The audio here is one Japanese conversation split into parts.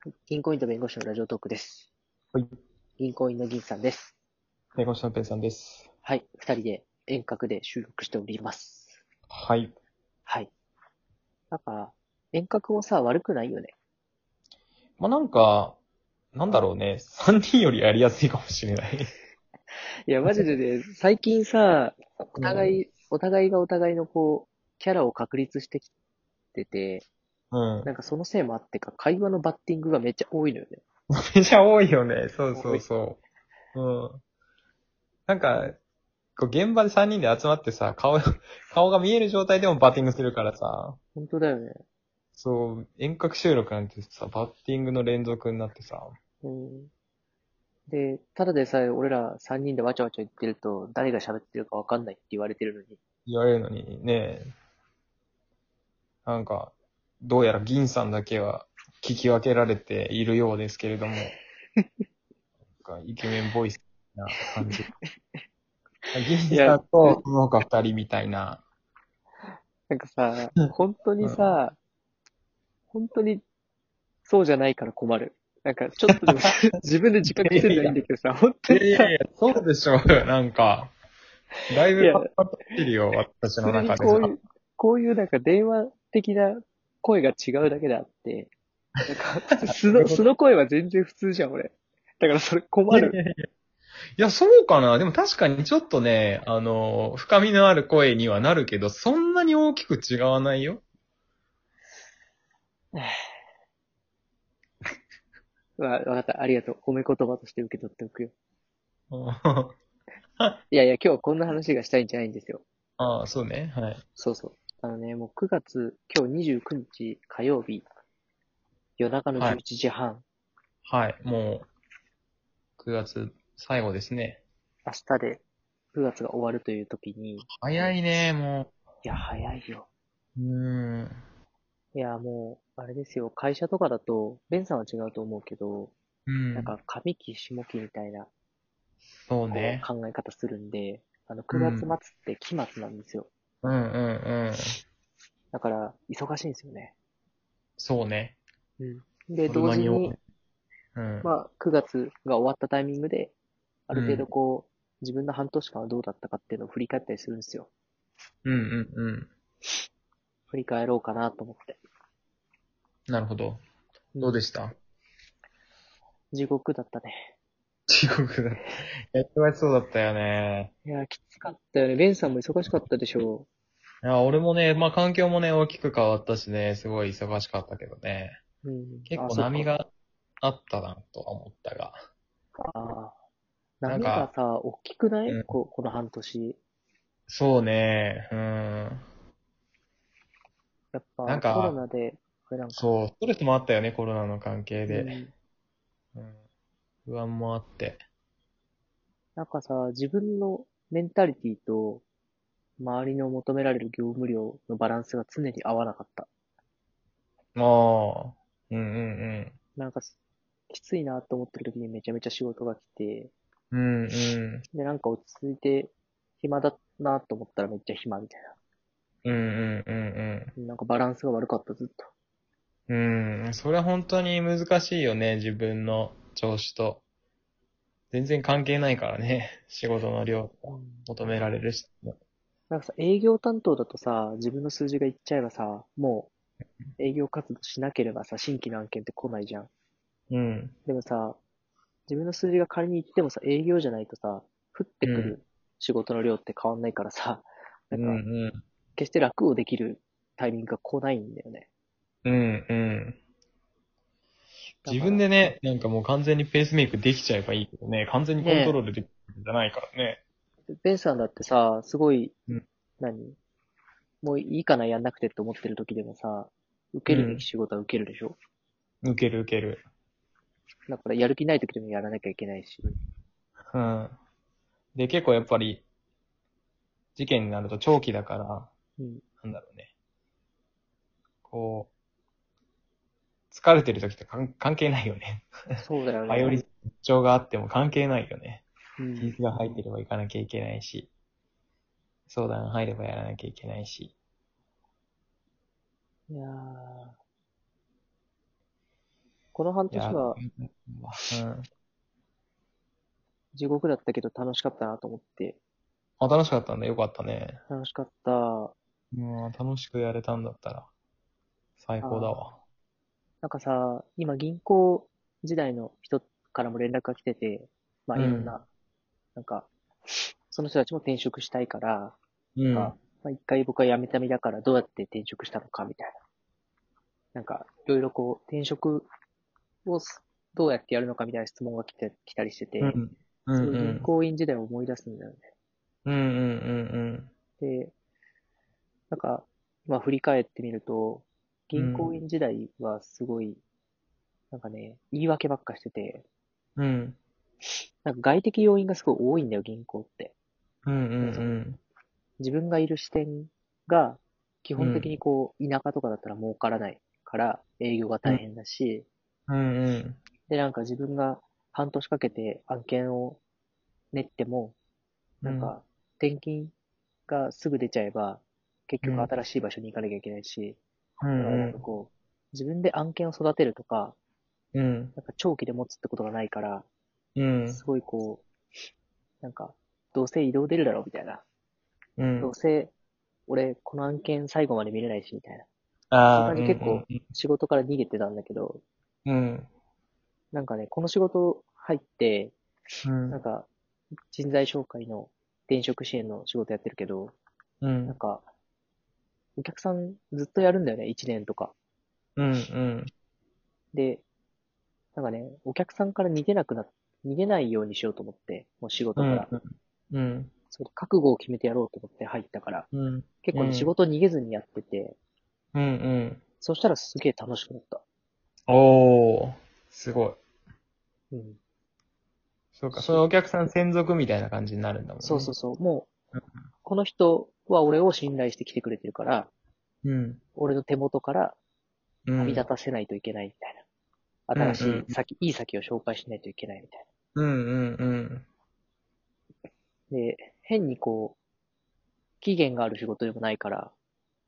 はい銀行員と弁護士のラジオトークです。はい。銀行員の銀さんです。弁護士のペンさんです。はい。二人で遠隔で収録しております。はい。はい。なんか、遠隔もさ、悪くないよね。まあ、なんか、なんだろうね。3人よりやりやすいかもしれない。いや、マジでね、最近さ、お互い、お互いがお互いのこう、キャラを確立してきてて、うん。なんかそのせいもあってか、会話のバッティングがめっちゃ多いのよね。 めちゃ多いよね。そうそうそう。うん。なんか、こう現場で3人で集まってさ、顔、 顔が見える状態でもバッティングするからさ、本当だよね。そう、遠隔収録なんてさ、バッティングの連続になってさ、うん。で、ただでさえ俺ら三人でわちゃわちゃ言ってると、誰が喋ってるかわかんないって言われてるのに、言われるのにね、なんか、どうやら銀さんだけは聞き分けられているようですけれども、なんかイケメンボイスな感じ。銀さんとその他二人みたいな。なんかさうん、本当にさ、本当にそうじゃないから困る。なんかちょっとでも 自分で自覚してるのはいいんだけどさ、本当にさ、や、そうでしょうよ、なんか。だいいぶやパッパってるよ、私の普通に中でこういう、こういうなんか電話的な声が違うだけであって、なん か素の、素の声は全然普通じゃん、俺。だからそれ困いる。やいやいやいや、そうかな。でも確かにちょっとね、あの、深みのある声にはなるけど、そんなに大きく違わないよ。わ、わかった。ありがとう。褒め言葉として受け取っておくよ。 あいやいや、今日はこんな話がしたいんじゃないんですよ。あ、そうね。はい。そうそう。あのね、もう9月、今日29日火曜日、夜中のはい11時半、はい。もう、9月最後ですね。明日で9月が終わるという時に、い早いね、もや、早いよ。う。うーん。いや、もう、あれですよ、会社とかだと、ベンさんは違うと思うけど、うん。なんか、上期、下期みたいな、そうこねう。考え方するんで、あの、9月末って期末なんですよ。うんうんうん。だから、忙しいんですよね。そうね。で、それ同なり時多いに、うん。まあ、9月が終わったタイミングで、ある程度こう、自分の半年間はどうだったかっていうのを振り返ったりするんですよ。うんうんうん。振り返ろうかなと思って。なるほど。どうでした地獄だったね。地獄だ。やってまそうだったよね。いや、きつかったよね。ベンさんも忙しかったでしょいや、俺もね、まあ環境もね、大きく変わったしね、すごい忙しかったけどね。う。うん。結あ構波。があったな、とは思ったが。そうかあーなん波かがさ、大きくない、うんここの半年。そうね、うん。やっぱ、なんかコロナで、これなんか、そう、ストレスもあったよね、コロナの関係うで。んうん、不安もあって。なんかさ、自分のメンタリティと、周りの求められる業務量のバランスが常に合わなかった。ああ、うんうんなんか、きついなと思ってる時にめちゃめちゃ仕事が来て、うん。うんうん。で、なんか落ち着いて、暇だなと思ったらめっちゃ暇みたいうんうんうんな。なんかバランスが悪かった、ずっと。うん。うん、それは本当に難しいよね、自分の調子と。全然関係ないからね、 仕事の量と求められるし。なんかさ、営業担当だとさ、自分の数字がいっちゃえばさ、もう、営業活動しなければさ、新規の案件って来ないじゃん。うん。でもさ、自分の数字が仮にいってもさ、営業じゃないとさ、降ってくうる仕事の量って変わんないからさ、うなんか、ん決して楽をできるタイミングが来ないんだよね。うん。うんうん。だから自分でね、なんかもう完全にペースメイクできちゃえばいいけどね、完全にコントロールできるんじゃないからね。ベンさんだってさ、すごい、うん何もういいかな、やんなくてって思ってる時でもさ、受けるべき仕事は受けるでしょ、受ける受ける。だからやる気ない時でもやらなきゃいけないし。うん。で、結構やっぱり、事件になると長期だから、うん。なんだろうね。こう、疲れてる時とかん関係ないよね。そうだよね。 バイオリン調があっても関係ないよね。うん皮膚が入ってれば行かなきゃいけないし、相談入ればやらなきゃいけないし。いやーこの半い年や、はうん。地獄だったけど楽しかったなと思って。あ、楽しかったね。よかったね。楽しかった。うん、楽しくやれたんだったら、最高だわ。なんかさ、今銀行時代の人からも連絡が来てて、まあうんいろんな、なんか、その人たちも転職したいから、うん。あまあ一回僕は辞めた身だからどうやって転職したのかみたいな。なんか、いろいろこう、転職をすどうやってやるのかみたいな質問が来て来たりしてて、うん。うそんうういうん銀。行員時代を思い出すんだよね。うんうんうんで、なんか、まあ振り返ってみると、銀行員時代はすごい、なんかね、言い訳ばっかしてて、うん。うん。なんか外的要因がすごい多いんだよ、銀行って。うんうん自分がいる視点が、基本的にこう、田舎とかだったら儲からないから、営業が大変だし、うん。うんうん。で、なんか自分が半年かけて案件を練っても、なんか、転勤がすぐ出ちゃえば、結局新しい場所に行かなきゃいけないし、うんだからなんうかこう、自分で案件を育てるとか、ん。うん。なんか長期で持つってことがないから、うん。すごいこう、なんか、どうせ移動出るだろうみたいな。うんどう。せ、俺、この案件最後まで見れないし、みたいな。ああ、そんな感じ結構。仕事から逃げてたんだけど、うん。なんかね、この仕事入って、うん。なんか、人材紹介の転職支援の仕事やってるけど、うんなん。か、お客さんずっとやるんだよね、1年とか。うん。うん。で、なんかね、お客さんから逃げなくな、逃げないようにしようと思って、もう仕事うから。ん。うん。そう覚悟を決めてやろうと思って入ったから、うん。結構ね、うん仕事逃げずにやってて、うん。うん。そしたらすげえ楽しくなった。おー。すごい。うん。そうか、そのお客さん専属みたいな感じになるんだもんね。そうそうそう。もうう、この人は俺を信頼して来てくれてるから、う。うん。俺の手元からう旅ん。立たせないといけないみたいな。新うんうんしい先、いい先を紹介しないといけないみたいうんうんうん。な。で、変にこう、期限がある仕事でもないから、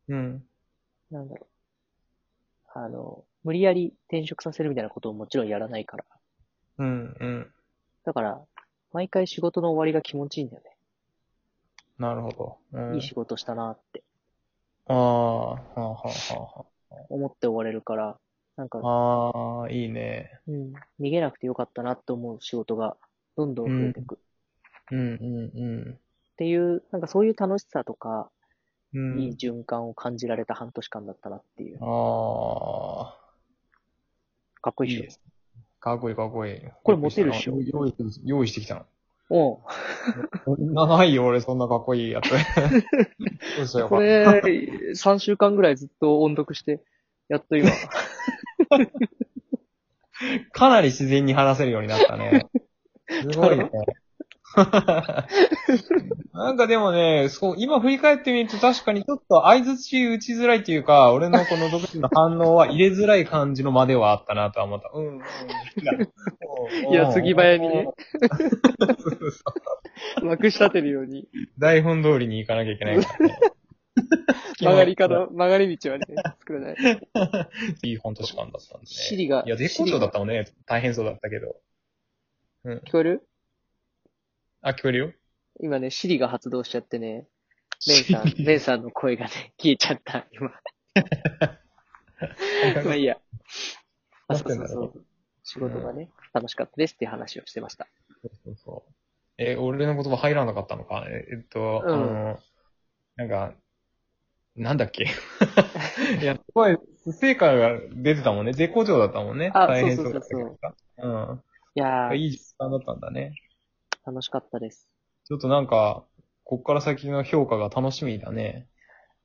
うん。なんだろう。あの、無理やり転職させるみたいなことをもちろんやらないから。うんうん。だから、毎回仕事の終わりが気持ちいいんだよなるほど。うん、ね。いい仕事したなってああ、はあは思って終われるから、なんかあ、はあ。ああ、いいね。うん、逃げなくてよかったなって思う仕事がどんどん増えていく。っうんうんていう、なんかそういう楽しさとか、うん。うん、いい循環を感じられた半年間だったなっていう。あかっあ、こいいっしょ。です。かっこいいかっこいい。これモテるっしょ用意してきた用意してきたの。おうな、ないよ、俺、そんなかっこいい やつ。嘘よ、これ、3週間ぐらいずっと音読して、やっと今。かなり自然に話せるようになったね。すご いね。なんかでもね、そう、今振り返ってみると確かにちょっと相づち打ちづらいっていうか、俺のこの独自の反応は入れづらい感じのまではあったなとは思った。うん、うんう ん。いや杉林にねそうそうそ うまくし立てるように。台本通りに行かなきゃいけないからね。曲がり方、曲がり道 はね、作らない。いい半年間だったんでね。シリがいや、絶好調だったもんね。大変そうだったけど。うん。聞こえるあ、聞こえるよ今ね、シリが発動しちゃってね、レン さん、レンさんの声がね、消えちゃった、今。まあいいや。あ、そうそうそう。仕事がね、楽しかったですっていう話をしてました。そうそう。え、俺の言葉入らなかったのかええっと、うんあの、なんか、なんだっけ いや、すごい、成果が出てたもんね。絶好調だったもんね。あ大変そうそそううそだうったけどさ。いやうん。ー、いい時間だったんだね。楽しかったです。ちょっとなんか、こっから先の評価が楽しみだね。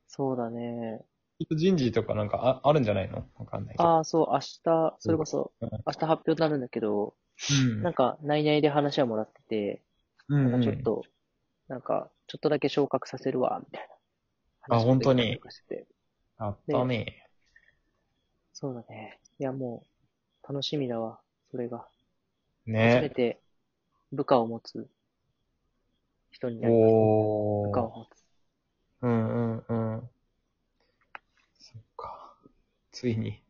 そうだね。きっと人事とかなんかああるんじゃないのわかんないけど。ああ、そう、明日、それこそ、うん明日発表になるんだけど、なんか、内々で話はもらってて、うん。なうんん、かちょっと、なんか、ちょっとだけ昇格させるわ、みたいな。あ本当に話もできたりとかしててあったね。そうだね。いや、もう、楽しみだわ、それが。初めね。て、部下を持つ人になる。おー。部下を持つ。うんうんうん。そっか。ついに。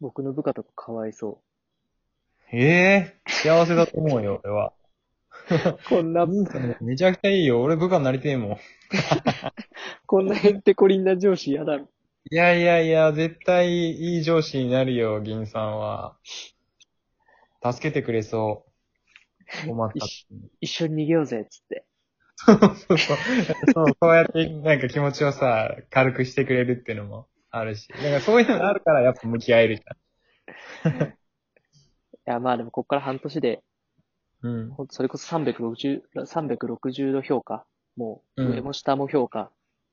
僕の部下とかかわいそええ幸せだと思うよ、俺は。う。こんな、 めちゃくちゃいいよ。俺部下になりてえもん。こんなへんてこりんな上司やだろ。いやいやいや、絶対いい上司になるよ、銀さんは。助けてくれそう。困った時に。一緒に逃げようぜ、つって。 そうそう。そう、そうやってなんか気持ちをさ、軽くしてくれるっていうのもあるし。だからそういうのがあるからやっぱ向き合えるじいや、まあでもこっから半年で、ゃん。うん。ほんそれこそ360、360度評価、もううん上も下も評価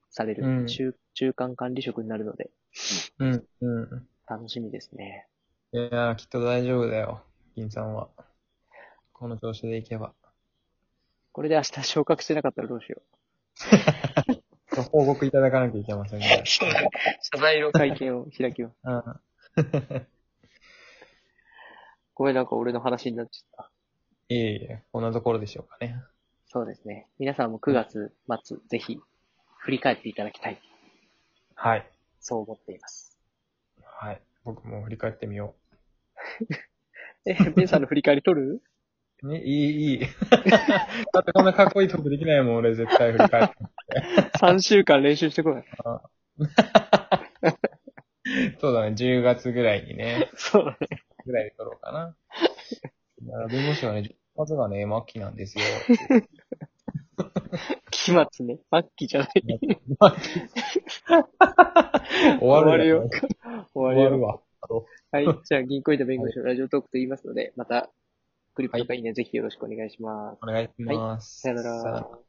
される、うん中中間管理職になるので、うん。う楽しみですね。ん。いやー、きっと大丈夫だよ、銀さんは。この調子でいけば。これで明日昇格してなかったらどうしよご報告いただかなきゃいけませんねう。。謝罪の会見を開きます。うん。ごめん、なんか俺の話になっちゃった。いえいえ、こんなところでしょうかね。そうですね。皆さんも9月末、ぜひ、振り返っていただきたい。はい。そう思っています。はい。僕も振り返ってみよえ、ベンさんの振り返り取るう。ね、いい、いい。だってこんなかっこいいトークできないもん、俺絶対振り返って。 ?3 週間練習してこい。そうだね、10月ぐらいにね、そうだね。ぐらいで撮ろうかな。だから弁護士はね、10月がね、末期なんです よ。期末ね。末期じゃない。終わるよ。終わるよ。終わ終わるよる。わ。 はい。じゃあ、銀行員と弁護士のラジオトークと言いますので、また、クリップとかいいね、ぜひよろしくお願いします。お願いします。さよなら。